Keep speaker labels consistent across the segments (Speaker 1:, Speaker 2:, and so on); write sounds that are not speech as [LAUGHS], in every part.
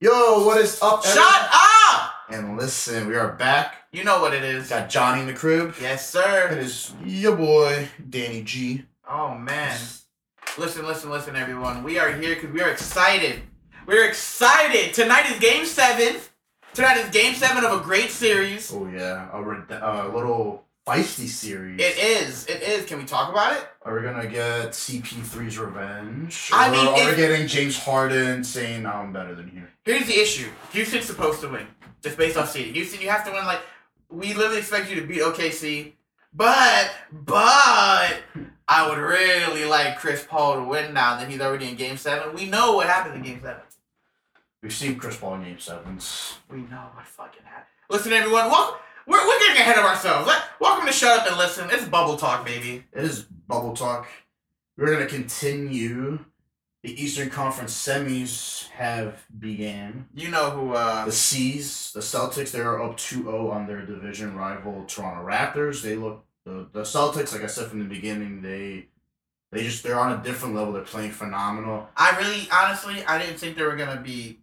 Speaker 1: Yo, what is up?
Speaker 2: Shut up!
Speaker 1: everyone? And listen, we are back.
Speaker 2: You know what it
Speaker 1: We
Speaker 2: is.
Speaker 1: got Johnny in the crib.
Speaker 2: Yes,
Speaker 1: It
Speaker 2: sir.
Speaker 1: is your boy Danny G.
Speaker 2: Oh man. Listen, listen, listen, everyone. We are here because we are excited. We're excited. Tonight is game seven. Tonight is game seven of a great series.
Speaker 1: Oh yeah, a, red- a little feisty series.
Speaker 2: It is. It is. Can we talk about it?
Speaker 1: Are we gonna get CP3's revenge?
Speaker 2: I
Speaker 1: Or
Speaker 2: mean,
Speaker 1: are we
Speaker 2: if-
Speaker 1: getting James Harden saying I'm better than you?
Speaker 2: Here's the issue. Houston's supposed to win. Just based off seeding. Houston, you have to win like we literally expect you to beat OKC. But but I would really like Chris Paul to win now that he's already in game seven. We know what happens in game seven.
Speaker 1: We've seen Chris Paul in Game Sevens.
Speaker 2: We know what fucking happened. Listen everyone, welcome we're, we're getting ahead of ourselves. Let, welcome to Shut Up and Listen. It's bubble talk, baby.
Speaker 1: It is bubble talk. We're gonna continue. The Eastern Conference semis have began.
Speaker 2: You know who
Speaker 1: The
Speaker 2: uh
Speaker 1: C's, the Celtics, they are up 2-0 on their division rival Toronto Raptors. They look the, the Celtics, like I said from the beginning, they they just they're on a different level. They're playing phenomenal.
Speaker 2: I really honestly I didn't think they were gonna be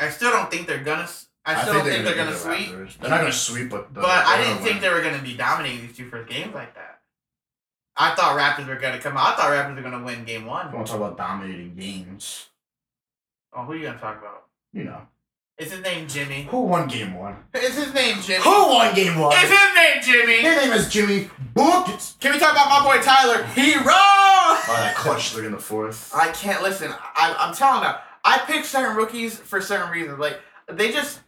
Speaker 2: I still don't think they're gonna s- I still don't think they're gonna,
Speaker 1: beat the
Speaker 2: sweep.
Speaker 1: Raptors. They're not gonna sweep, but the-
Speaker 2: But
Speaker 1: they're
Speaker 2: I didn't
Speaker 1: gonna
Speaker 2: think
Speaker 1: win.
Speaker 2: they were going to be dominating these two first games like that. I thought Raptors were going to come out. I thought Raptors were going to win game
Speaker 1: I
Speaker 2: one.
Speaker 1: want to talk about dominating games.
Speaker 2: Oh, who are you going to talk about?
Speaker 1: You know
Speaker 2: Is his name Jimmy?
Speaker 1: who won game one?
Speaker 2: Is his name Jimmy?
Speaker 1: Who won game one?
Speaker 2: Is his name Jimmy?
Speaker 1: His name is Jimmy Bookets.
Speaker 2: Can we talk about my boy Tyler? Hero!
Speaker 1: By that clutch three in the fourth.
Speaker 2: I can't listen. I, I'm telling you, I pick certain rookies for certain reasons. Like they just,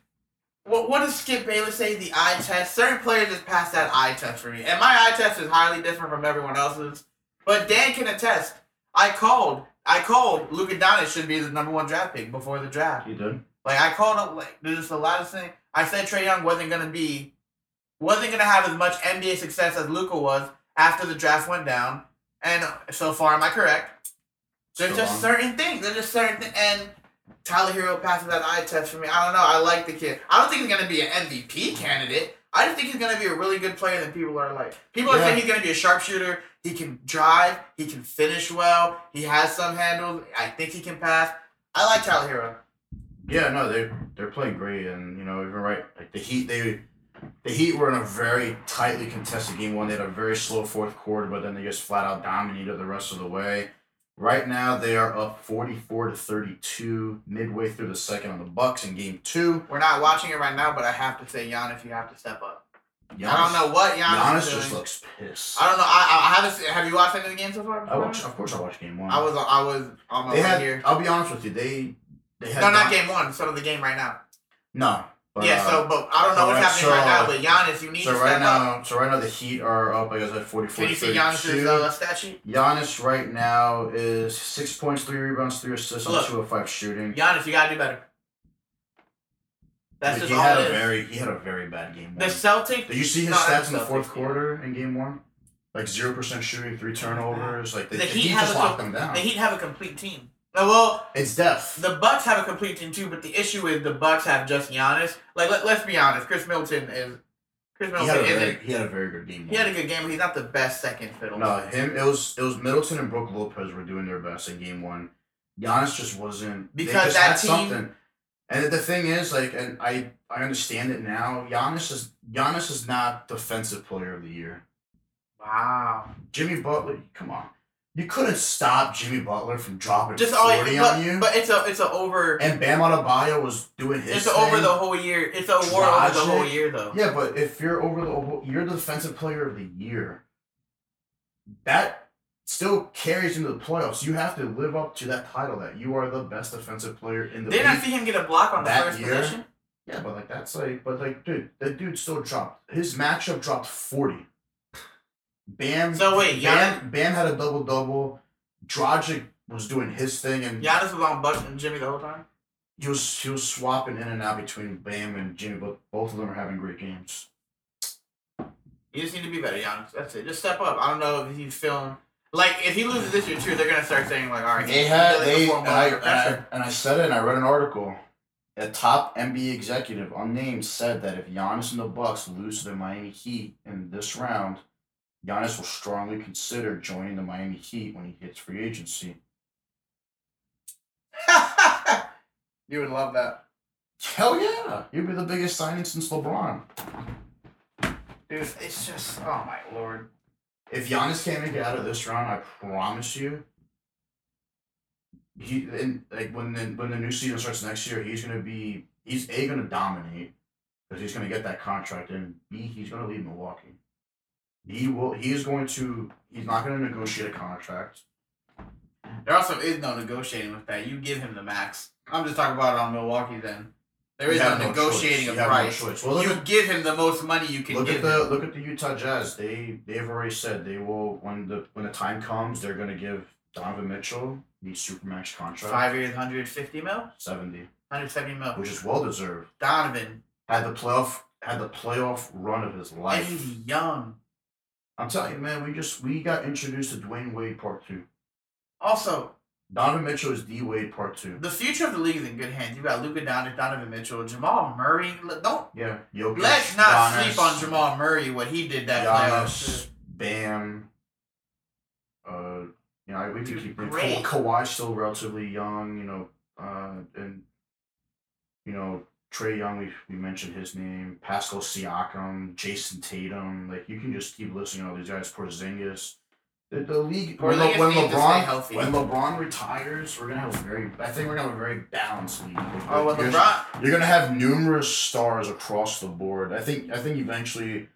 Speaker 2: what what does Skip Bayless say? The eye test. Certain players just pass that eye test for me, and my eye test is highly different from everyone else's. But Dan can attest. I called. I called. Luka Doncic should be the number one draft pick before the draft.
Speaker 1: You did.
Speaker 2: Like I called up like there's just a lot of things. I said Trey Young wasn't gonna be wasn't gonna have as much NBA success as Luca was after the draft went down. And so far am I correct? There's
Speaker 1: So
Speaker 2: just
Speaker 1: wrong.
Speaker 2: certain things. There's just certain things and Tyler Hero passes that eye test for me. I don't know. I like the kid. I don't think he's gonna be an MVP candidate. I just think he's gonna be a really good player that people are like. People are
Speaker 1: Yeah.
Speaker 2: saying he's gonna be a sharpshooter. He can drive. He can finish well. He has some handles. I think he can pass. I like Tyler Hero.
Speaker 1: Yeah, no, they they're playing great, and you know even right like the Heat they the Heat were in a very tightly contested game one. They had a very slow fourth quarter, but then they just flat out dominated the rest of the way. Right now they are up forty four to thirty two midway through the second on the Bucks in game two.
Speaker 2: We're not watching it right now, but I have to say, Giannis, you have to step up.
Speaker 1: Giannis,
Speaker 2: I don't know what Giannis,
Speaker 1: Giannis
Speaker 2: is doing.
Speaker 1: just looks pissed.
Speaker 2: I don't know. I, I haven't. Seen, have you watched any of the games so far?
Speaker 1: I watch, of course, I watched game one.
Speaker 2: I was. I was on my
Speaker 1: they
Speaker 2: way
Speaker 1: had.
Speaker 2: here.
Speaker 1: I'll be honest with you. They they had
Speaker 2: No, not
Speaker 1: Don-
Speaker 2: game one. Sort of the game right now.
Speaker 1: No. But,
Speaker 2: yeah.
Speaker 1: uh,
Speaker 2: So, but I don't know what's
Speaker 1: alright,
Speaker 2: happening
Speaker 1: so-
Speaker 2: right now. But Giannis, you need
Speaker 1: so
Speaker 2: to
Speaker 1: right
Speaker 2: step up.
Speaker 1: now, so right now the Heat are up. Like I said, forty four.
Speaker 2: Can you see Giannis's uh, stat sheet?
Speaker 1: Giannis right now is six points, three rebounds, three assists on
Speaker 2: Look.
Speaker 1: two of five shooting.
Speaker 2: Giannis, you gotta do better. That's
Speaker 1: Like,
Speaker 2: just
Speaker 1: he
Speaker 2: all
Speaker 1: had
Speaker 2: it
Speaker 1: a
Speaker 2: is.
Speaker 1: very he had a very bad game
Speaker 2: the
Speaker 1: one.
Speaker 2: Celtics.
Speaker 1: Did you see his
Speaker 2: No,
Speaker 1: stats
Speaker 2: that's
Speaker 1: in the
Speaker 2: Celtics,
Speaker 1: fourth
Speaker 2: yeah.
Speaker 1: quarter in game one? Like zero percent shooting, three turnovers. Like they,
Speaker 2: The
Speaker 1: the
Speaker 2: Heat
Speaker 1: Heat
Speaker 2: have
Speaker 1: just
Speaker 2: a-
Speaker 1: locked them down.
Speaker 2: The Heat have a complete team. Uh, well,
Speaker 1: it's depth.
Speaker 2: The Bucks have a complete team too, but the issue is the Bucks have just Giannis. Like let, let's be honest, Chris Middleton is Chris
Speaker 1: he had
Speaker 2: Middleton
Speaker 1: a very
Speaker 2: isn't.
Speaker 1: he had a very good game.
Speaker 2: He had a good game, but he's not the best second fiddle.
Speaker 1: one. no him. It was it was Middleton and Brooke Lopez were doing their best in game one. Giannis just wasn't they
Speaker 2: Because
Speaker 1: just
Speaker 2: that
Speaker 1: had
Speaker 2: team-
Speaker 1: something. And the thing is, like, and I I understand it now. Giannis is Giannis is not defensive player of the year.
Speaker 2: Wow.
Speaker 1: Jimmy Butler, come on. You couldn't stop Jimmy Butler from dropping
Speaker 2: Just all
Speaker 1: 40
Speaker 2: but,
Speaker 1: on you.
Speaker 2: but it's a it's a over
Speaker 1: and Bam Adebayo was doing his
Speaker 2: it's a
Speaker 1: thing.
Speaker 2: over the whole year. It's a war over the
Speaker 1: Dragic.
Speaker 2: whole year though.
Speaker 1: Yeah, but if you're over the whole- you're the defensive player of the year. That still carries into the playoffs. You have to live up to that title that you are the best defensive player in the
Speaker 2: Didn't I
Speaker 1: league.
Speaker 2: see him get a block on the
Speaker 1: That
Speaker 2: first
Speaker 1: year?
Speaker 2: possession?
Speaker 1: yeah, but like that's like but like dude, the dude still dropped. His matchup dropped 40. Bam
Speaker 2: So wait, Gian-
Speaker 1: Bam, Bam had a double double. Dragic was doing his thing and
Speaker 2: Giannis was on Bucks and Jimmy the whole time.
Speaker 1: he was he was swapping in and out between Bam and Jimmy, but both of them are having great games.
Speaker 2: You just need to be better, Giannis. That's it. Just step up. I don't know if he's feeling like if he loses this year too, they're gonna start saying like, all right,
Speaker 1: They
Speaker 2: he's
Speaker 1: had uh,
Speaker 2: really
Speaker 1: they and
Speaker 2: performed
Speaker 1: I,
Speaker 2: well.
Speaker 1: and I and I said it and I read an article. A top NBA executive, unnamed, said that if Giannis and the Bucks lose to the Miami Heat in this round, Giannis will strongly consider joining the Miami Heat when he hits free agency.
Speaker 2: [LAUGHS] you would love that.
Speaker 1: Hell yeah. You'd be the biggest signing since LeBron.
Speaker 2: Dude, it's just oh my lord.
Speaker 1: If Giannis can't make it out of this round, I promise you. He and like when the, when the new season starts next year, he's gonna be he's a gonna dominate because he's gonna get that contract, and b he's gonna leave Milwaukee. He will. He is going to. He's not gonna negotiate a contract.
Speaker 2: There also is no negotiating with that. You give him the max. I'm just talking about it on Milwaukee then. There
Speaker 1: You
Speaker 2: is
Speaker 1: have
Speaker 2: no
Speaker 1: no choice.
Speaker 2: negotiating
Speaker 1: You
Speaker 2: of
Speaker 1: have no
Speaker 2: price.
Speaker 1: choice. Well, look
Speaker 2: you
Speaker 1: at-
Speaker 2: give him the most money you can
Speaker 1: Look
Speaker 2: give
Speaker 1: at the
Speaker 2: him.
Speaker 1: look at the Utah Jazz. They they've already said they will when the when the time comes they're gonna give Donovan Mitchell the supermax contract
Speaker 2: Five years, 150 mil?
Speaker 1: seventy,
Speaker 2: 170 mil.
Speaker 1: which is well deserved.
Speaker 2: Donovan.
Speaker 1: Had the playoff had the playoff run of his
Speaker 2: And
Speaker 1: life.
Speaker 2: he's young.
Speaker 1: I'm telling you, man, we just we got introduced to Dwayne Wade part two.
Speaker 2: Also,
Speaker 1: Donovan Mitchell is D Wade part two.
Speaker 2: the future of the league is in good hands. You got Luka Doncic, Donovan Mitchell, Jamal Murray. L- Don't
Speaker 1: Yeah, Jokic.
Speaker 2: let's not
Speaker 1: Giannis,
Speaker 2: sleep on Jamal Murray what he did that
Speaker 1: Giannis,
Speaker 2: playoffs.
Speaker 1: Bam. Uh, you know, we could
Speaker 2: Dude,
Speaker 1: keep Ka-
Speaker 2: great.
Speaker 1: Kawhi's still relatively young, you know, uh, and you know Trey Young. We we mentioned his name. Pascal Siakam, Jason Tatum. Like you can just keep listing all these guys. Porzingis. The, the league when, Le-
Speaker 2: Porzingis
Speaker 1: when
Speaker 2: needs to stay
Speaker 1: LeBron
Speaker 2: healthy.
Speaker 1: when LeBron retires, we're gonna have a very. I think we're gonna have a very balanced league.
Speaker 2: Oh, well,
Speaker 1: Because-
Speaker 2: LeBron.
Speaker 1: you're gonna have numerous stars across the board. I think I think eventually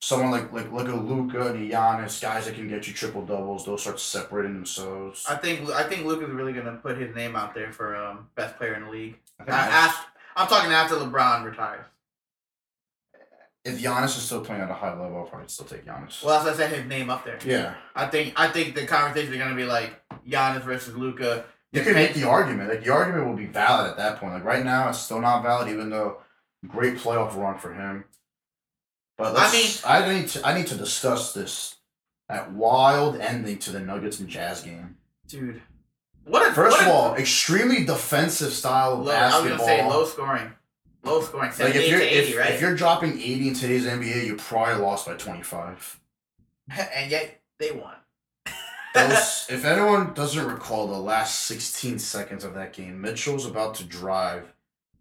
Speaker 1: someone like like like a Luca and a Giannis, guys that can get you triple doubles, they'll start separating themselves.
Speaker 2: I think I think Luka's really gonna put his name out there for um, best player in the league.
Speaker 1: I think
Speaker 2: Not after, I'm talking after LeBron retires.
Speaker 1: if Giannis is still playing at a high level, I'll probably still take Giannis.
Speaker 2: Well, that's why I said his name up there.
Speaker 1: yeah.
Speaker 2: I think I think the conversation is gonna be like Giannis versus Luca.
Speaker 1: You can make the argument. Like the argument will be valid at that point. Like right now it's still not valid, even though great playoff run for him. But
Speaker 2: I
Speaker 1: let's, I mean I need to I need to discuss this that wild ending to the Nuggets and Jazz game.
Speaker 2: Dude, what a
Speaker 1: First
Speaker 2: what
Speaker 1: of
Speaker 2: a-
Speaker 1: all, extremely defensive style of
Speaker 2: low, I was
Speaker 1: basketball.
Speaker 2: gonna say low scoring, low scoring,
Speaker 1: like
Speaker 2: seventy
Speaker 1: if you're
Speaker 2: to eighty,
Speaker 1: if,
Speaker 2: right?
Speaker 1: if you're dropping eighty in today's NBA, you probably lost by twenty five.
Speaker 2: and yet they won. [LAUGHS]
Speaker 1: if anyone doesn't recall the last sixteen seconds of that game, Mitchell's about to drive,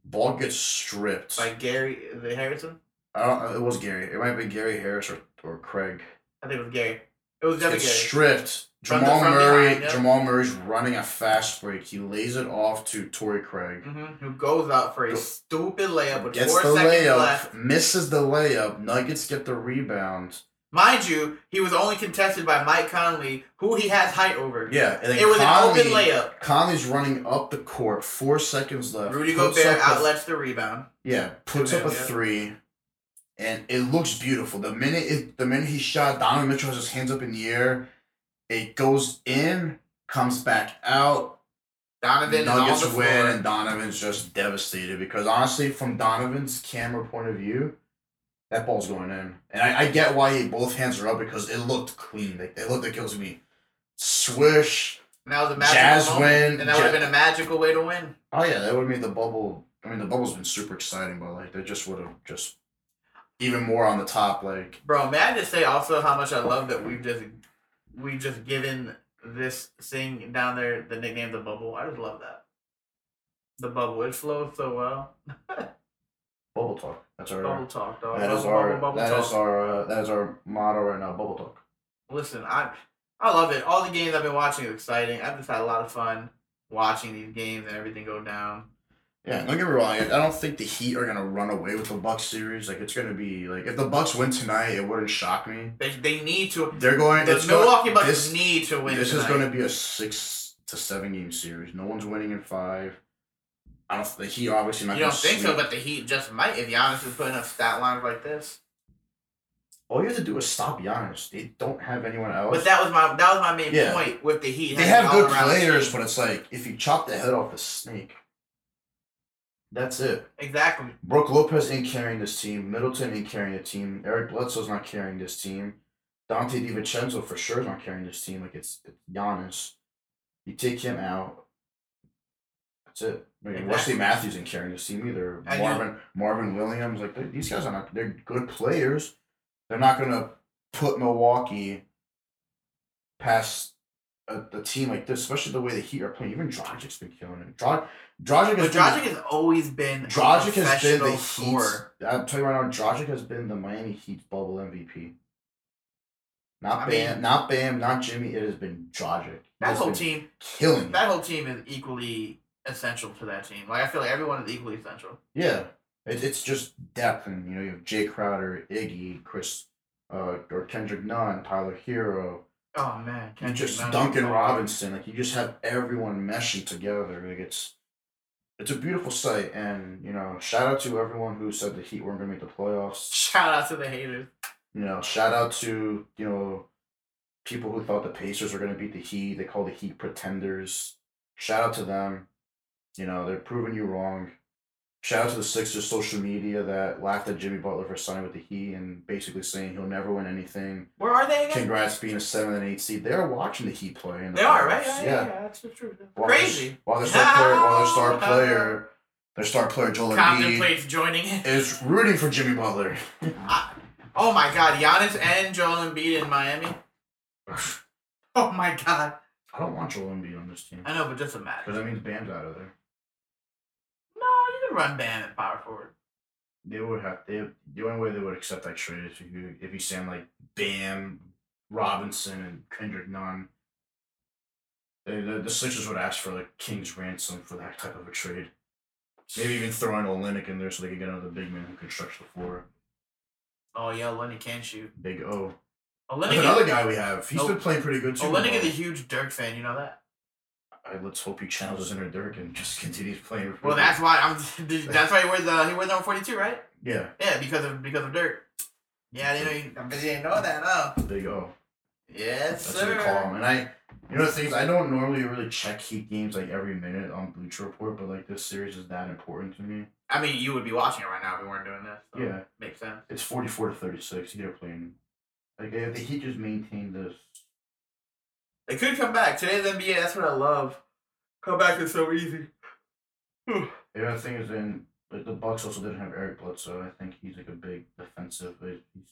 Speaker 1: ball gets stripped.
Speaker 2: By Gary is it Harrison,
Speaker 1: I don't. It was Gary. It might have been Gary Harris or, or Craig.
Speaker 2: I think it was Gary. It was definitely
Speaker 1: It's
Speaker 2: Gary.
Speaker 1: stripped.
Speaker 2: From the-
Speaker 1: Jamal
Speaker 2: from
Speaker 1: Murray.
Speaker 2: behind, yeah.
Speaker 1: Jamal Murray's running a fast break. He lays it off to Torrey Craig.
Speaker 2: Mhm, Who goes out for a
Speaker 1: Go-
Speaker 2: stupid layup with
Speaker 1: Gets
Speaker 2: four
Speaker 1: the
Speaker 2: seconds
Speaker 1: layup,
Speaker 2: left?
Speaker 1: misses the layup. Nuggets get the rebound.
Speaker 2: Mind you, he was only contested by Mike Conley, who he has height over.
Speaker 1: Yeah, and then
Speaker 2: It was
Speaker 1: Conley,
Speaker 2: an open layup.
Speaker 1: Conley's running up the court, four seconds left.
Speaker 2: Rudy
Speaker 1: puts
Speaker 2: Gobert
Speaker 1: up a-
Speaker 2: outlets the rebound.
Speaker 1: yeah, puts up a
Speaker 2: Yeah.
Speaker 1: three, and it looks beautiful. The minute it, the minute he shot, Donovan Mitchell has his hands up in the air. It goes in, comes back out.
Speaker 2: Donovan
Speaker 1: Nuggets
Speaker 2: is on the
Speaker 1: win, and
Speaker 2: floor.
Speaker 1: Donovan's just devastated because honestly, from Donovan's camera point of view. That ball's going in, and I, I get why he, both hands are up because it looked clean. Like it looked like it was me. Swish,
Speaker 2: And that was a magical
Speaker 1: Jazz
Speaker 2: moment,
Speaker 1: win.
Speaker 2: And that would have
Speaker 1: Ja-
Speaker 2: been a magical way to win.
Speaker 1: Oh yeah, that would have made the bubble. I mean, the bubble's been super exciting, but like they just would have just even more on the top. Like
Speaker 2: Bro, may I just say also how much I love that we've just we've just given this thing down there the nickname the bubble. I just love that. The bubble. It flows so well.
Speaker 1: bubble talk. That's our.
Speaker 2: Bubble talk, dog.
Speaker 1: that is
Speaker 2: bubble,
Speaker 1: our.
Speaker 2: bubble, bubble
Speaker 1: that
Speaker 2: talk.
Speaker 1: is our. Uh, that is our motto right now. Bubble talk.
Speaker 2: Listen, I I love it. All the games I've been watching is exciting. I've just had a lot of fun watching these games and everything go down.
Speaker 1: Yeah, don't get me wrong. I I don't think the Heat are gonna run away with the Bucks series. Like it's gonna be like if the Bucks win tonight, it wouldn't shock me.
Speaker 2: They, they need to.
Speaker 1: They're going.
Speaker 2: The
Speaker 1: it's gonna-
Speaker 2: Milwaukee Bucks
Speaker 1: this-
Speaker 2: need to win.
Speaker 1: This is
Speaker 2: tonight.
Speaker 1: going to be a six to seven game series. No one's winning in five. I don't. The Heat obviously not.
Speaker 2: You don't
Speaker 1: gonna
Speaker 2: think so,
Speaker 1: sweep.
Speaker 2: but the Heat just might if Giannis is putting up stat lines like this.
Speaker 1: all you have to do is stop Giannis. They don't have anyone else.
Speaker 2: But that was my that was my main
Speaker 1: Yeah.
Speaker 2: point with the Heat.
Speaker 1: They
Speaker 2: having
Speaker 1: have good
Speaker 2: all-around
Speaker 1: players,
Speaker 2: team.
Speaker 1: but it's like if you chop the head off the snake, that's it.
Speaker 2: Exactly.
Speaker 1: Brooke Lopez ain't carrying this team. Middleton ain't carrying the team. Eric Bledsoe's not carrying this team. Dante DiVincenzo for sure is not carrying this team. Like it's, it's Giannis. You take him out. That's it. I mean,
Speaker 2: Exactly.
Speaker 1: Wesley Matthews ain't carrying this team either.
Speaker 2: I know.
Speaker 1: Marvin Marvin Williams, like they- these guys are not. They're good players. They're not gonna put Milwaukee past a, a team like this, especially the way the Heat are playing. Even Drogic's been killing it. Drog, Drogic has
Speaker 2: But Dragic has always been a
Speaker 1: been, Drogic has been the
Speaker 2: professional
Speaker 1: Heat's.
Speaker 2: scorer.
Speaker 1: I'm telling you right now, Drogic has been the Miami Heat's bubble MVP. Not
Speaker 2: I
Speaker 1: Bam,
Speaker 2: mean-
Speaker 1: not Bam, not Jimmy. It has been Drogic.
Speaker 2: That
Speaker 1: It's
Speaker 2: whole
Speaker 1: been
Speaker 2: team,
Speaker 1: killing. it.
Speaker 2: that whole team is equally essential to that team. Like I feel like everyone is equally essential.
Speaker 1: Yeah, it, it's just depth, and you know you have Jay Crowder, Iggy, Chris, uh, or Kendrick Nunn, Tyler Hero,
Speaker 2: Oh man,
Speaker 1: and
Speaker 2: Kendrick
Speaker 1: just
Speaker 2: Nunn.
Speaker 1: Duncan Robinson. Like you just have everyone meshing together. Like it's it's a beautiful sight, and you know shout out to everyone who said the Heat weren't gonna make the playoffs.
Speaker 2: Shout out to the haters.
Speaker 1: You know, shout out to you know people who thought the Pacers were gonna beat the Heat. They called the Heat pretenders. Shout out to them. You know they're proving you wrong. Shout out to the Sixers social media that laughed at Jimmy Butler for signing with the Heat and basically saying he'll never win anything.
Speaker 2: Where are they again?
Speaker 1: Congrats being a seven and eight seed. They're watching the Heat play. In the
Speaker 2: They are
Speaker 1: playoffs.
Speaker 2: right. Yeah, yeah, yeah, that's the truth.
Speaker 1: While their-
Speaker 2: Crazy.
Speaker 1: While their star player, while their
Speaker 2: [LAUGHS]
Speaker 1: star player, their star player Joel Embiid
Speaker 2: Contemplates joining it.
Speaker 1: is rooting for Jimmy Butler. [SIGHS]
Speaker 2: I- oh my God, Giannis and Joel Embiid in Miami. [LAUGHS]
Speaker 1: I
Speaker 2: Oh my God.
Speaker 1: don't want Joel Embiid on this team
Speaker 2: I know, but it doesn't matter.
Speaker 1: because that means Bam's out of there.
Speaker 2: No, you can run Bam at power forward.
Speaker 1: They would have. They the only way they would accept that trade is if you if you send like Bam, Robinson, and Kendrick Nunn. They, the, the Sixers would ask for like king's ransom for that type of a trade. Maybe even throwing Olenek in there so they could get another big man who can stretch the floor.
Speaker 2: Oh yeah, Lenny can shoot.
Speaker 1: Big O. That's another
Speaker 2: Olenek,
Speaker 1: guy we have. He's
Speaker 2: Oh.
Speaker 1: been playing pretty good too.
Speaker 2: Olenek is a huge Dirk fan. You know that.
Speaker 1: I, let's hope he channels his inner Dirk and just [LAUGHS] continues playing.
Speaker 2: Well, that's why I'm. [LAUGHS] That's why he wears the he wears number forty two, right?
Speaker 1: yeah,
Speaker 2: Yeah, because of because of Dirk. Yeah, you know you, I bet you didn't know that, huh?
Speaker 1: big O. That's
Speaker 2: Yes, sir.
Speaker 1: what they call him. And I, you know, the thing is, I don't normally really check Heat games like every minute on Bleacher Report, but like this series is that important to me.
Speaker 2: I mean, you would be watching it right now if we weren't doing this. so
Speaker 1: Yeah.
Speaker 2: makes sense.
Speaker 1: It's forty-four to thirty-six. They're playing. Like if the Heat just maintain this,
Speaker 2: They could come back today's NBA. That's what I love. Come back is so easy.
Speaker 1: the other thing is, in like the Bucks also didn't have Eric Bledsoe. I think he's like a big defensive. He's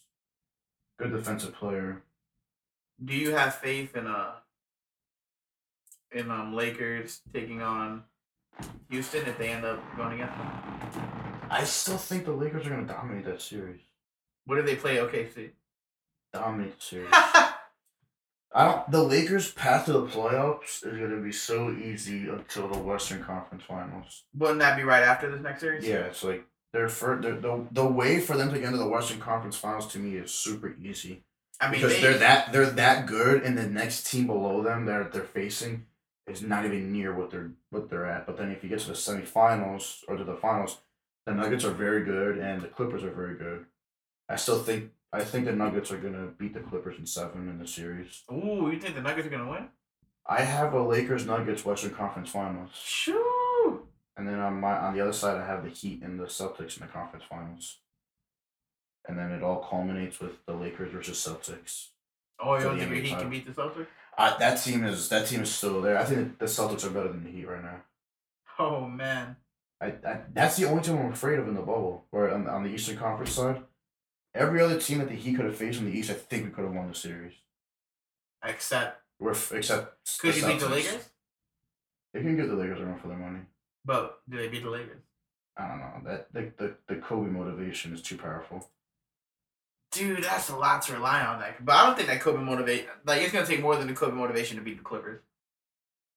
Speaker 1: good defensive player.
Speaker 2: Do you have faith in uh in um Lakers taking on Houston if they end up going against them?
Speaker 1: I still think the Lakers are gonna dominate that series.
Speaker 2: What if they play OKC?
Speaker 1: Dominate the
Speaker 2: [LAUGHS]
Speaker 1: series. I don't. The Lakers' path to the playoffs is going to be so easy until the Western Conference Finals.
Speaker 2: Wouldn't that be right after this next series?
Speaker 1: Yeah, it's like their for the the the way for them to get into the Western Conference Finals to me is super easy
Speaker 2: I mean,
Speaker 1: because
Speaker 2: they,
Speaker 1: they're that they're that good, and the next team below them that they're facing is not even near what they're what they're at. But then if you get to the semifinals or to the finals, the Nuggets are very good, and the Clippers are very good. I still think I think the Nuggets are going to beat the Clippers in seven in the series.
Speaker 2: Ooh, you think the Nuggets are gonna win?
Speaker 1: I have a Lakers Nuggets Western Conference Finals,
Speaker 2: Shoo! Oh,
Speaker 1: and then on my on the other side I have the Heat and the Celtics in the Conference Finals, and then it all culminates with the Lakers versus Celtics. For
Speaker 2: Oh, you don't
Speaker 1: the
Speaker 2: think the
Speaker 1: NBA
Speaker 2: Heat
Speaker 1: title.
Speaker 2: can beat the Celtics?
Speaker 1: Uh, that team is that team is still there. I think the Celtics are better than the Heat right now.
Speaker 2: Oh man,
Speaker 1: I, I that's the only team I'm afraid of in the bubble or on, on the Eastern Conference side. Every other team that the Heat could have faced in the East, I think we could have won the series.
Speaker 2: except
Speaker 1: We're f- except
Speaker 2: could
Speaker 1: the
Speaker 2: you beat the
Speaker 1: Celtics.
Speaker 2: Lakers?
Speaker 1: They can give the Lakers a run for their money.
Speaker 2: But do they beat the Lakers?
Speaker 1: I don't know that the the, the Kobe motivation is too powerful.
Speaker 2: Dude, that's a lot to rely on. Like, but I don't think that Kobe motivate. Like, it's gonna take more than the Kobe motivation to beat the Clippers.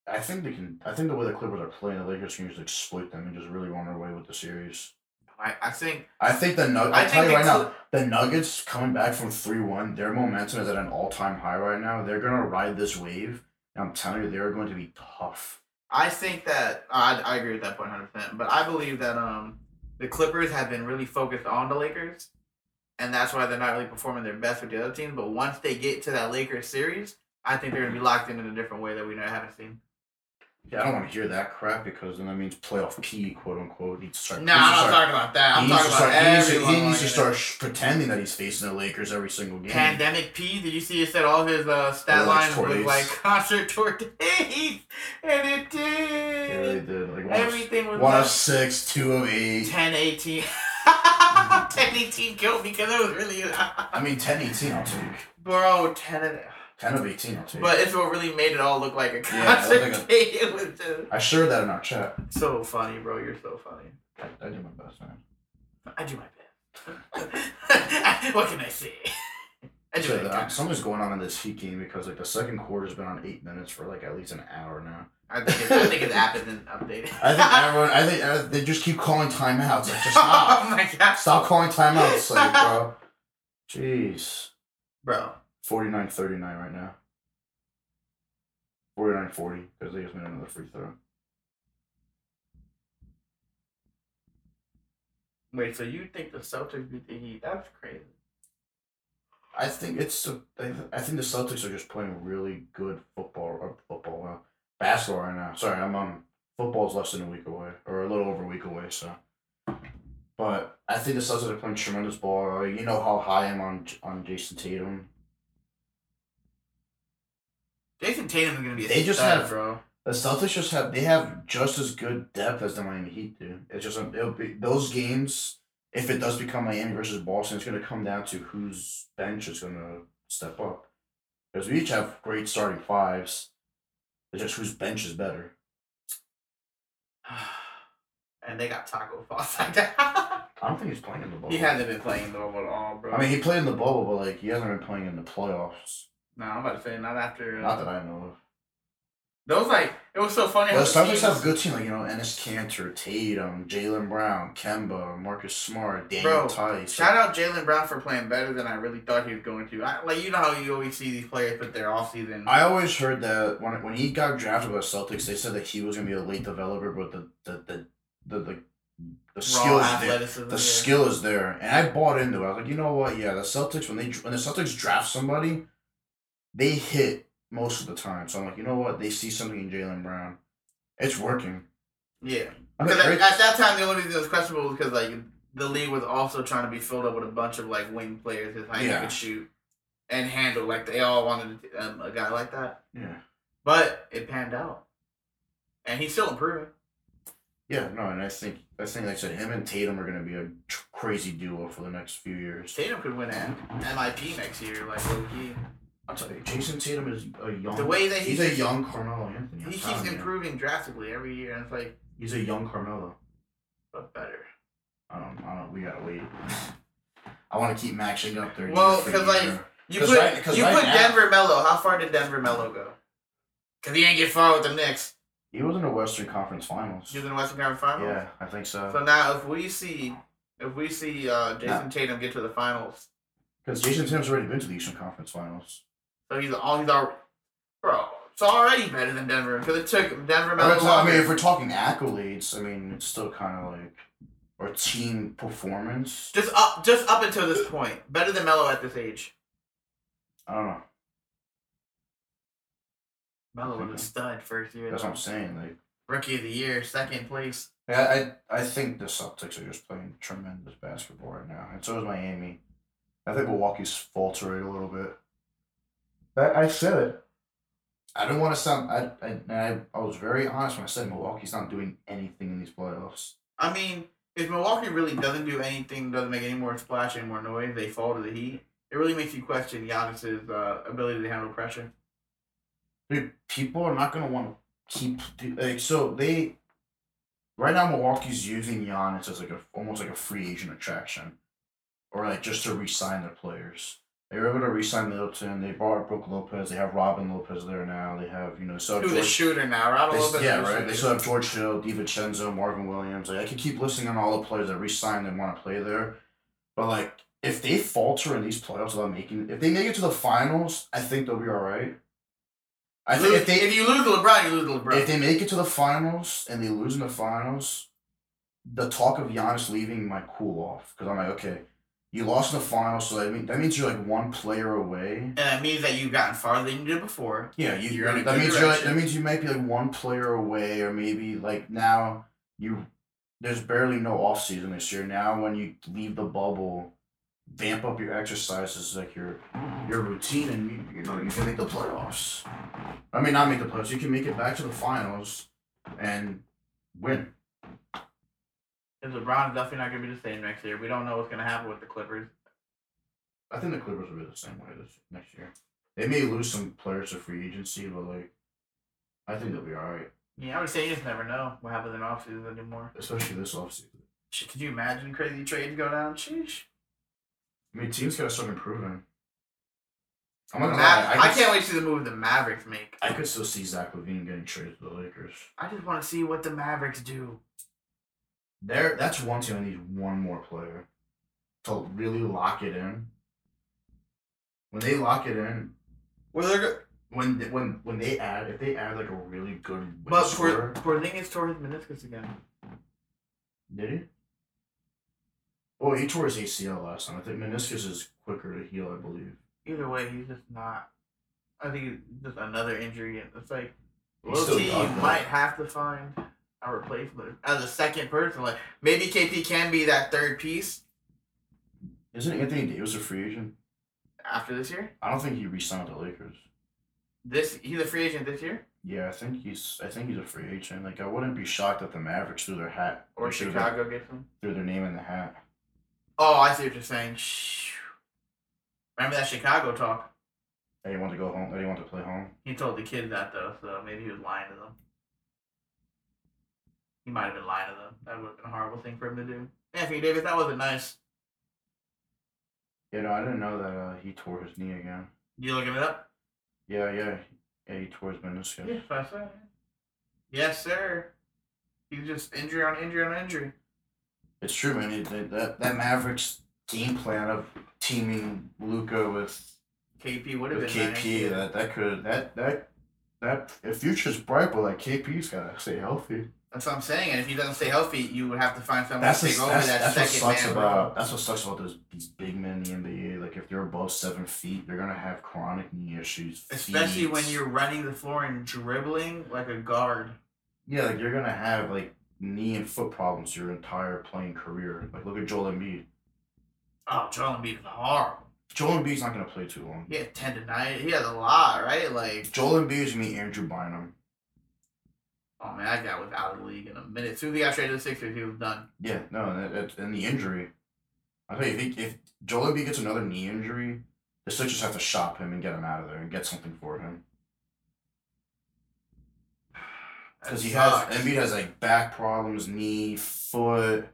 Speaker 1: I think they can. I think the way the Clippers are playing, the Lakers can just exploit them and just really run their way with the series.
Speaker 2: I, I think
Speaker 1: I think the Nuggets.
Speaker 2: I
Speaker 1: I tell
Speaker 2: think
Speaker 1: you right now,
Speaker 2: the
Speaker 1: the Nuggets coming back from three one, their momentum is at an all time high right now. They're gonna ride this wave. And I'm telling you, they are going to be tough.
Speaker 2: I think that I, I agree with that point hundred percent. But I believe that um the Clippers have been really focused on the Lakers, and that's why they're not really performing their best with the other teams. But once they get to that Lakers series, I think they're gonna be locked in in a different way that we never haven't seen.
Speaker 1: Yeah, I don't want to hear that crap because then that means playoff P, quote unquote, needs to start.
Speaker 2: No,
Speaker 1: needs to
Speaker 2: I'm not
Speaker 1: start-
Speaker 2: talking about that. I'm
Speaker 1: he needs to
Speaker 2: talking about
Speaker 1: start- he needs to-
Speaker 2: everyone.
Speaker 1: He needs to
Speaker 2: like-
Speaker 1: start sh- pretending that he's facing the Lakers every single game.
Speaker 2: Pandemic P. Did you see? It said all his uh, stat
Speaker 1: It likes
Speaker 2: lines looked
Speaker 1: tortas.
Speaker 2: like [LAUGHS] concert tour dates, and it
Speaker 1: They really
Speaker 2: did.
Speaker 1: did. Like, one, of,
Speaker 2: Everything was
Speaker 1: one of
Speaker 2: like
Speaker 1: six, two of eight.
Speaker 2: 10 [LAUGHS] 18. 10 18 killed because it was really [LAUGHS]
Speaker 1: I mean, 10 18, I'll take.
Speaker 2: bro. 10 and
Speaker 1: ten of eighteen. I'll take.
Speaker 2: But it's what really made it all look like a
Speaker 1: Yeah, it
Speaker 2: concert. [LAUGHS]
Speaker 1: looked
Speaker 2: it was just
Speaker 1: I shared that in our chat.
Speaker 2: so funny, bro. You're so funny.
Speaker 1: I, I did my best, man.
Speaker 2: I do my best. [LAUGHS] what can I say? I do
Speaker 1: So,
Speaker 2: my
Speaker 1: uh,
Speaker 2: best.
Speaker 1: something's going on in this heat game because like the second quarter's been on eight minutes for like at least an hour now.
Speaker 2: I think it's, I think it's app isn't updated.
Speaker 1: I
Speaker 2: [LAUGHS]
Speaker 1: think everyone. I think uh, they just keep calling timeouts. Like, just
Speaker 2: oh [LAUGHS]
Speaker 1: stop.
Speaker 2: my gosh,
Speaker 1: stop calling timeouts, like, bro. Jeez.
Speaker 2: bro.
Speaker 1: 49 39 right now. 49 40 because they just made another free throw.
Speaker 2: Wait, so you think the Celtics beat the Heat? That's crazy.
Speaker 1: I think it's the- I I think the Celtics are just playing really good football or football uh, basketball right now. Sorry, I'm um football's less than a week away or a little over a week away. So, but I think the Celtics are playing tremendous ball. Uh, You know how high I'm on on Jason Tatum.
Speaker 2: Jason Tatum is gonna be. A
Speaker 1: They just
Speaker 2: stud,
Speaker 1: have-
Speaker 2: bro.
Speaker 1: The Celtics just have they have just as good depth as the Miami Heat do. It's just it'll be those games. If it does become Miami versus Boston, it's going to come down to whose bench is going to step up. Because we each have great starting fives. It's just whose bench is better.
Speaker 2: [SIGHS] And they got Taco [LAUGHS] Fall.
Speaker 1: I don't think he's playing in the bubble.
Speaker 2: he hasn't been playing normal at all, bro.
Speaker 1: I mean, he played in the bubble, but like he hasn't been playing in the playoffs.
Speaker 2: no, I'm about to say not after.
Speaker 1: Not that I know of.
Speaker 2: Those like it was so funny.
Speaker 1: But the
Speaker 2: how the
Speaker 1: Celtics
Speaker 2: teams-
Speaker 1: have a good team, like you know Ennis Cantor, Tatum, Jalen Brown, Kemba, Marcus Smart, Daniel
Speaker 2: [LAUGHS] Bro,
Speaker 1: Tice.
Speaker 2: Shout out Jalen Brown for playing better than I really thought he was going to. I, like you know how you always see these players put their off season.
Speaker 1: I always heard that when when he got drafted by the Celtics, they said that he was gonna be a late developer, but the the the the the, the skill is there.
Speaker 2: athleticism.
Speaker 1: The
Speaker 2: yeah.
Speaker 1: skill is there, and I bought into it. I was like, you know what? Yeah, the Celtics when they when the Celtics draft somebody, they hit most of the time. So I'm like, you know what? They see something in Jalen Brown. It's working.
Speaker 2: Yeah,
Speaker 1: I mean,
Speaker 2: because at,
Speaker 1: great-
Speaker 2: at that time the only reason it was questionable was because like the league was also trying to be filled up with a bunch of like wing players who like,
Speaker 1: Yeah.
Speaker 2: could shoot and handle. Like they all wanted um, a guy like that,
Speaker 1: yeah,
Speaker 2: but it panned out, and he's still improving.
Speaker 1: yeah, no, and I think I think like I said, him and Tatum are gonna be a tr- crazy duo for the next few years.
Speaker 2: Tatum could win an MIP next year, like low key.
Speaker 1: I'm telling you, Jason Tatum is a young.
Speaker 2: The way that he
Speaker 1: he's
Speaker 2: keeps-
Speaker 1: a young Carmelo Anthony. I'm
Speaker 2: He keeps
Speaker 1: telling you.
Speaker 2: improving drastically every year, and it's like
Speaker 1: He's a young Carmelo.
Speaker 2: but better.
Speaker 1: I don't. I don't. We gotta wait. [LAUGHS] I want to keep matching up there.
Speaker 2: Well,
Speaker 1: year for
Speaker 2: 'cause, like,
Speaker 1: year.
Speaker 2: You
Speaker 1: 'Cause
Speaker 2: put
Speaker 1: right- 'cause
Speaker 2: you
Speaker 1: right
Speaker 2: put
Speaker 1: now-
Speaker 2: Denver Mello. How far did Denver Mello go? Cause he ain't get far with the Knicks.
Speaker 1: he was in the Western Conference Finals.
Speaker 2: He was in the Western Conference Finals.
Speaker 1: Yeah, I think so.
Speaker 2: So now, if we see, if we see uh, Jason
Speaker 1: No.
Speaker 2: Tatum get to the finals,
Speaker 1: Because Jason Tatum's already been to the Eastern Conference Finals.
Speaker 2: so he's all he's all, bro. It's already better than Denver because it took Denver.
Speaker 1: I,
Speaker 2: Mello
Speaker 1: mean, I mean,
Speaker 2: longer.
Speaker 1: if we're talking accolades, I mean, it's still kind of like or team performance.
Speaker 2: just up, just up until this point, better than Mello at this age.
Speaker 1: I don't know.
Speaker 2: Mello was a stud first year,
Speaker 1: Mm-hmm. That's what I'm saying. Like,
Speaker 2: rookie of the year, second place.
Speaker 1: yeah, I I think the Celtics are just playing tremendous basketball right now, and so is Miami. I think Milwaukee's faltering a little bit. I, I said it. I don't want to sound. I, I and I I was very honest when I said Milwaukee's not doing anything in these playoffs.
Speaker 2: I mean, if Milwaukee really doesn't do anything, doesn't make any more splash, any more noise, they fall to the Heat. It really makes you question Giannis's uh, ability to handle pressure.
Speaker 1: Dude, people are not gonna want to keep do- like so they. Right now, Milwaukee's using Giannis as like a almost like a free agent attraction, or like just to re-sign their players. They were able to re-sign Middleton. They brought Brooke Lopez. They have Robin Lopez there now. They have you know so
Speaker 2: Who's a shooter now? Right? A little bit
Speaker 1: Oh, They, yeah,
Speaker 2: of a
Speaker 1: right. They
Speaker 2: shooter.
Speaker 1: still have George Hill, DiVincenzo, Marvin Williams. Like I could keep listing on all the players that re-signed and want to play there, but like if they falter in these playoffs without making, if they make it to the finals, I think they'll be all right. I think
Speaker 2: Lose-
Speaker 1: if they
Speaker 2: you lose to LeBron, you lose to LeBron.
Speaker 1: if they make it to the finals and they lose in the finals, the talk of Giannis leaving might cool off because I'm like, okay, you lost in the finals, so that mean that means you're like one player away.
Speaker 2: and that means that you've gotten farther than you did before.
Speaker 1: Yeah, you.
Speaker 2: You're in a
Speaker 1: that
Speaker 2: good
Speaker 1: means you're like,
Speaker 2: direction.
Speaker 1: that means you might be like one player away, or maybe like now you. There's barely no off season this year. Now, when you leave the bubble, vamp up your exercises, like your your routine, and you, you know you can make the playoffs. I mean, not make the playoffs. You can make it back to the finals, and win.
Speaker 2: And LeBron is definitely not going to be the same next year. We don't know what's going to happen with the Clippers.
Speaker 1: I think the Clippers will be the same way this next year. They may lose some players to free agency, but like, I think they'll be all right,
Speaker 2: Yeah, I would say you just never know what happens in offseason anymore.
Speaker 1: especially this offseason.
Speaker 2: Sh- Could you imagine crazy trades go down? Sheesh.
Speaker 1: I mean, teams gotta start improving. I'm not
Speaker 2: Ma- i
Speaker 1: gonna lie, I, could,
Speaker 2: can't wait to see the move the Mavericks make.
Speaker 1: I could still see Zach Levine getting traded to the Lakers.
Speaker 2: I just want to see what the Mavericks do.
Speaker 1: There, that's one team I need one more player to really lock it in. When they lock it in,
Speaker 2: Well, they're go-
Speaker 1: when when when they add, if they add like a really good wing
Speaker 2: but
Speaker 1: scorer,
Speaker 2: Por- Porzingis tore his meniscus again.
Speaker 1: did he? Well, he tore his ACL last time. I think meniscus is quicker to heal, I believe.
Speaker 2: Either way, he's just not. I think it's just another injury. It's like
Speaker 1: He's
Speaker 2: low
Speaker 1: still
Speaker 2: key, you
Speaker 1: young, though.
Speaker 2: might have to find a replacement as a second person. Like maybe KP can be that third piece
Speaker 1: Isn't Anthony Davis a free agent?
Speaker 2: after this year.
Speaker 1: I don't think he re-signed with the Lakers.
Speaker 2: This he's a free agent this year
Speaker 1: Yeah, I think he's. I think he's a free agent. Like I wouldn't be shocked if the Mavericks threw their hat
Speaker 2: or
Speaker 1: like, threw their-
Speaker 2: Chicago gets him.
Speaker 1: threw their name in the hat.
Speaker 2: Oh, I see what you're saying. Shh. Remember that Chicago talk?
Speaker 1: They want to go home. They want to play home.
Speaker 2: He told the kids that though, so maybe he was lying to them. He might have been lying to them. That would have been a horrible thing for him to do. Anthony Davis, that wasn't nice.
Speaker 1: You know, I didn't know that uh, he tore his knee again.
Speaker 2: You looking it up?
Speaker 1: Yeah, yeah, yeah. He tore his meniscus.
Speaker 2: Yes, I said. Yes, sir. He's just injury on injury on injury.
Speaker 1: It's true, man. It- that- that that Mavericks game plan of teaming Luca with
Speaker 2: KP would have
Speaker 1: with
Speaker 2: been
Speaker 1: KP
Speaker 2: nice.
Speaker 1: that that could that that that the future's bright, but like KP's gotta stay healthy.
Speaker 2: That's what I'm saying. And if he doesn't stay healthy, you would have to find someone
Speaker 1: That's,
Speaker 2: to
Speaker 1: just,
Speaker 2: take over
Speaker 1: that's,
Speaker 2: that
Speaker 1: that's what
Speaker 2: second
Speaker 1: sucks
Speaker 2: man.
Speaker 1: about that's what sucks about those these big men in the NBA. Like if they're above seven feet, they're gonna have chronic knee issues.
Speaker 2: Especially
Speaker 1: feet.
Speaker 2: when you're running the floor and dribbling like a guard.
Speaker 1: yeah, like you're gonna have like knee and foot problems your entire playing career. Like look at Joel Embiid.
Speaker 2: Oh, Joel Embiid is horrible.
Speaker 1: Joel Embiid's not gonna play too long.
Speaker 2: He had tendonitis. He has a lot, right? Like,
Speaker 1: Joel Embiid is me Andrew Bynum.
Speaker 2: oh man, that guy was out of the league in a minute. As soon as he got traded to the Sixers, he was done.
Speaker 1: Yeah, no, and, that, that, and the injury. I tell you, if, he, if Joel Embiid gets another knee injury, the Sixers have to shop him and get him out of there and get something for him
Speaker 2: That
Speaker 1: because he has
Speaker 2: sucks.
Speaker 1: Embiid has like back problems, knee, foot,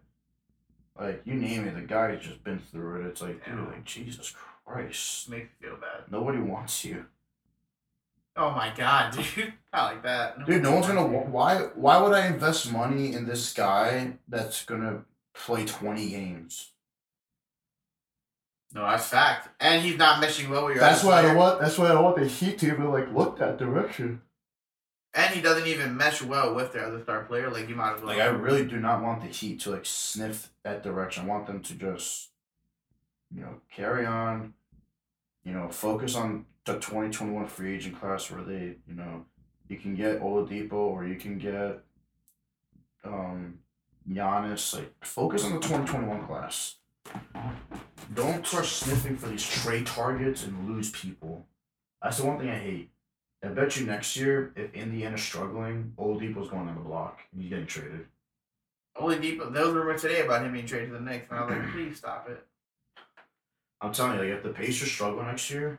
Speaker 1: like you name it. The guy's just been through it. It's like, dude,
Speaker 2: Yeah.
Speaker 1: like Jesus Christ,
Speaker 2: Makes me feel bad.
Speaker 1: nobody wants you,
Speaker 2: Oh my god, [LAUGHS] dude. Not like that.
Speaker 1: dude. No one's gonna. wa- Why? Why would I invest money in this guy that's gonna play twenty games?
Speaker 2: No, that's fact. And he's not meshing well with your.
Speaker 1: That's
Speaker 2: other
Speaker 1: why I
Speaker 2: player.
Speaker 1: don't want. That's why I don't want the Heat to even like look that direction.
Speaker 2: And he doesn't even mesh well with their other star player. Like you might as well.
Speaker 1: Like I really do not want the Heat to like sniff that direction. I want them to just, you know, carry on, you know, focus on the twenty twenty one free agent class where they, you know, you can get Oladipo or you can get, um, Giannis. Like focus on the twenty twenty one class. Don't start sniffing for these trade targets and lose people. That's the one thing I hate. I bet you next year, if Indiana's struggling, Oladipo's going on the block and he's getting traded.
Speaker 2: Only deep. There was a rumor today about him being traded to the Knicks, and I was like, please stop it.
Speaker 1: I'm telling you, like, if the Pacers struggle next year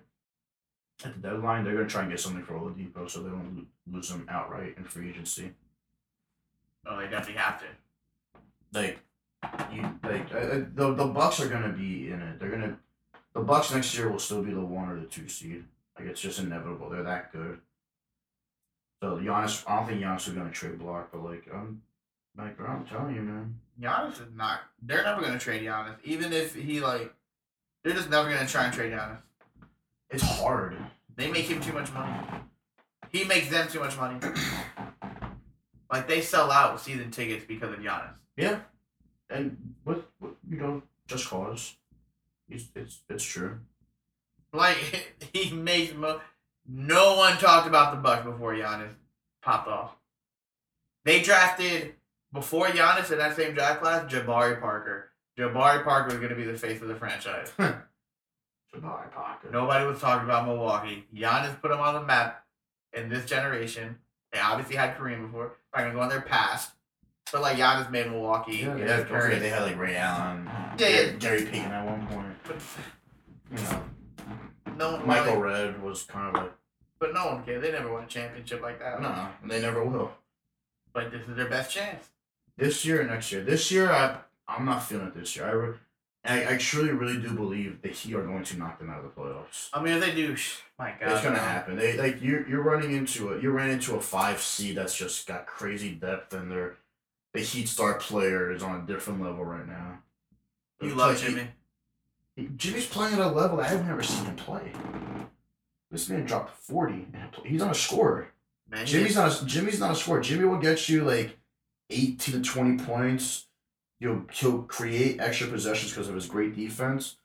Speaker 1: at the deadline, they're gonna try and get something for Oladipo so they don't lo- lose him outright in free agency.
Speaker 2: Oh, they definitely have to.
Speaker 1: Like, you like uh, uh, the the Bucks are gonna be in it. They're gonna the Bucks next year will still be the one or the two seed. Like it's just inevitable. They're that good. So Giannis, I don't think Giannis is gonna trade block, but like I'm like bro, I'm telling you, man.
Speaker 2: Giannis is not. They're never gonna trade Giannis, even if he like. They're just never gonna try and trade Giannis.
Speaker 1: It's hard.
Speaker 2: They make him too much money. He makes them too much money. like they sell out season tickets because of Giannis.
Speaker 1: Yeah, and with, with you know, just cause, it's it's it's true.
Speaker 2: Like [LAUGHS] he makes mo- no one talked about the Bucks before Giannis popped off. They drafted before Giannis in that same draft class Jabari Parker. Jabari Parker was going to be the face of the franchise.
Speaker 1: Jabari Parker.
Speaker 2: Nobody was talking about Milwaukee. Giannis put them on the map in this generation. They obviously had Kareem before. I'm not gonna go on their past, but like Giannis made Milwaukee.
Speaker 1: Yeah,
Speaker 2: and
Speaker 1: they had,
Speaker 2: Curry.
Speaker 1: okay, they had like Ray Allen,
Speaker 2: Yeah, yeah.
Speaker 1: Gary Payton at one point.
Speaker 2: But
Speaker 1: You know,
Speaker 2: no one
Speaker 1: Michael
Speaker 2: really-
Speaker 1: Red was kind of like,
Speaker 2: but no one cared. They never won a championship like that.
Speaker 1: no, and they never will.
Speaker 2: But this is their best chance.
Speaker 1: This year and next year. This year, I I'm not feeling it this year. I, re- I, I truly, really do believe that he are going to knock them out of the playoffs.
Speaker 2: I mean, if they do, sh- my God,
Speaker 1: it's gonna
Speaker 2: no.
Speaker 1: happen. They like you're you're running into a you ran into a five C that's just got crazy depth and their the Heat star player is on a different level right now.
Speaker 2: You
Speaker 1: They
Speaker 2: love
Speaker 1: play-
Speaker 2: Jimmy.
Speaker 1: Jimmy's playing at a level I've never seen him play. This man dropped forty. And pl- he's not a scorer.
Speaker 2: Man, he
Speaker 1: Jimmy's
Speaker 2: is-
Speaker 1: not. A, Jimmy's not a scorer. Jimmy will get you like eighteen to twenty points. He'll he'll create extra possessions because of his great defense.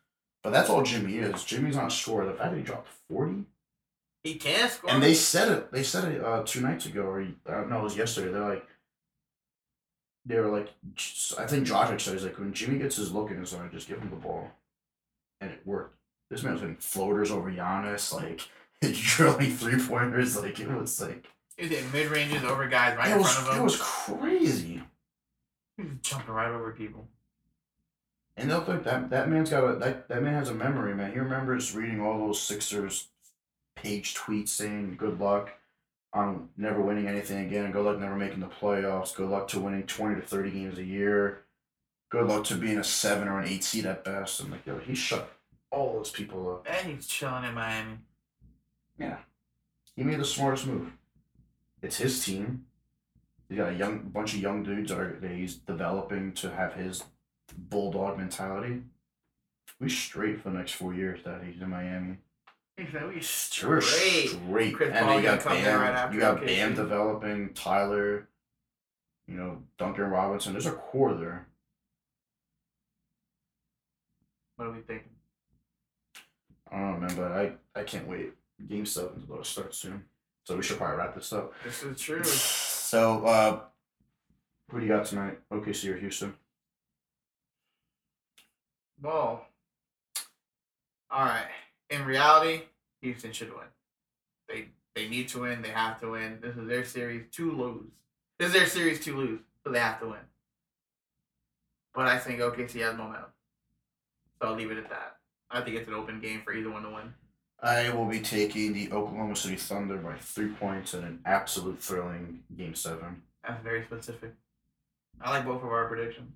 Speaker 1: But that's all Jimmy is. Jimmy's not a scorer. The fact that he dropped forty.
Speaker 2: He can score.
Speaker 1: And they said it. They said it uh, two nights ago, or I don't know, it was yesterday. They're like, they were like, "J- I think Jokic said he's like, when Jimmy gets his look in his eye, just give him the ball, and it worked. This man was hitting floaters over Giannis, like [LAUGHS] drilling three pointers, like it was like
Speaker 2: He's hitting mid ranges over guys right
Speaker 1: it
Speaker 2: in
Speaker 1: was
Speaker 2: front of him.
Speaker 1: it was crazy.
Speaker 2: He was jumping right over people.
Speaker 1: And they'll think that that man's got a that, that man has a memory, man. He remembers reading all those Sixers page tweets saying good luck on never winning anything again, good luck never making the playoffs, good luck to winning twenty to thirty games a year, good luck to being a seven or an eight seed at best. I'm like, yo, he shut all those people up.
Speaker 2: And he's chilling in Miami.
Speaker 1: He made the smartest move. It's his team. He's got a young bunch of young dudes that, are, that he's developing to have his bulldog mentality. We straight for the next four years that he's in Miami.
Speaker 2: He said, we
Speaker 1: We're
Speaker 2: straight.
Speaker 1: straight.
Speaker 2: Chris
Speaker 1: and
Speaker 2: Paul
Speaker 1: then you got
Speaker 2: gonna come in
Speaker 1: Bam.
Speaker 2: right after
Speaker 1: you got
Speaker 2: OKC.
Speaker 1: Bam developing Tyler. You know Duncan Robinson. There's a core there.
Speaker 2: What are we thinking?
Speaker 1: I don't know, man, but I I can't wait. Game seven's about to start soon, so we should probably wrap this up.
Speaker 2: This is true.
Speaker 1: [SIGHS] So, uh, who do you got tonight? OKC or Houston?
Speaker 2: Well, all right. In reality, Houston should win. They they need to win. They have to win. This is their series to lose. This is their series to lose, so they have to win. But I think OKC has momentum, so I'll leave it at that. I think it's an open game for either one to win.
Speaker 1: I will be taking the Oklahoma City Thunder by three points in an absolute thrilling Game Seven.
Speaker 2: That's very specific. I like both of our predictions.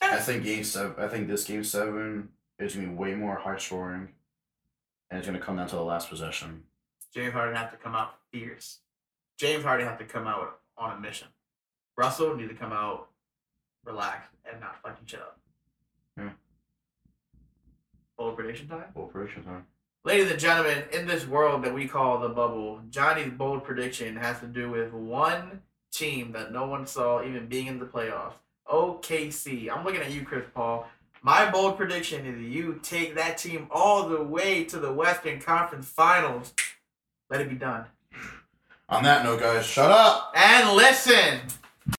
Speaker 1: I think Game Seven. I think this Game Seven is gonna be way more high scoring, and it's gonna come down to the last possession.
Speaker 2: James Harden have to come out fierce. James Harden have to come out on a mission. Russell need to come out relaxed and not fucking shit up.
Speaker 1: Yeah.
Speaker 2: Bold prediction time?
Speaker 1: Well, prediction time.
Speaker 2: Ladies and gentlemen, in this world that we call the bubble, Johnny's bold prediction has to do with one team that no one saw even being in the playoffs. OKC. I'm looking at you, Chris Paul. My bold prediction is you take that team all the way to the Western Conference Finals. Let it be done.
Speaker 1: On that note, guys, shut up.
Speaker 2: And listen.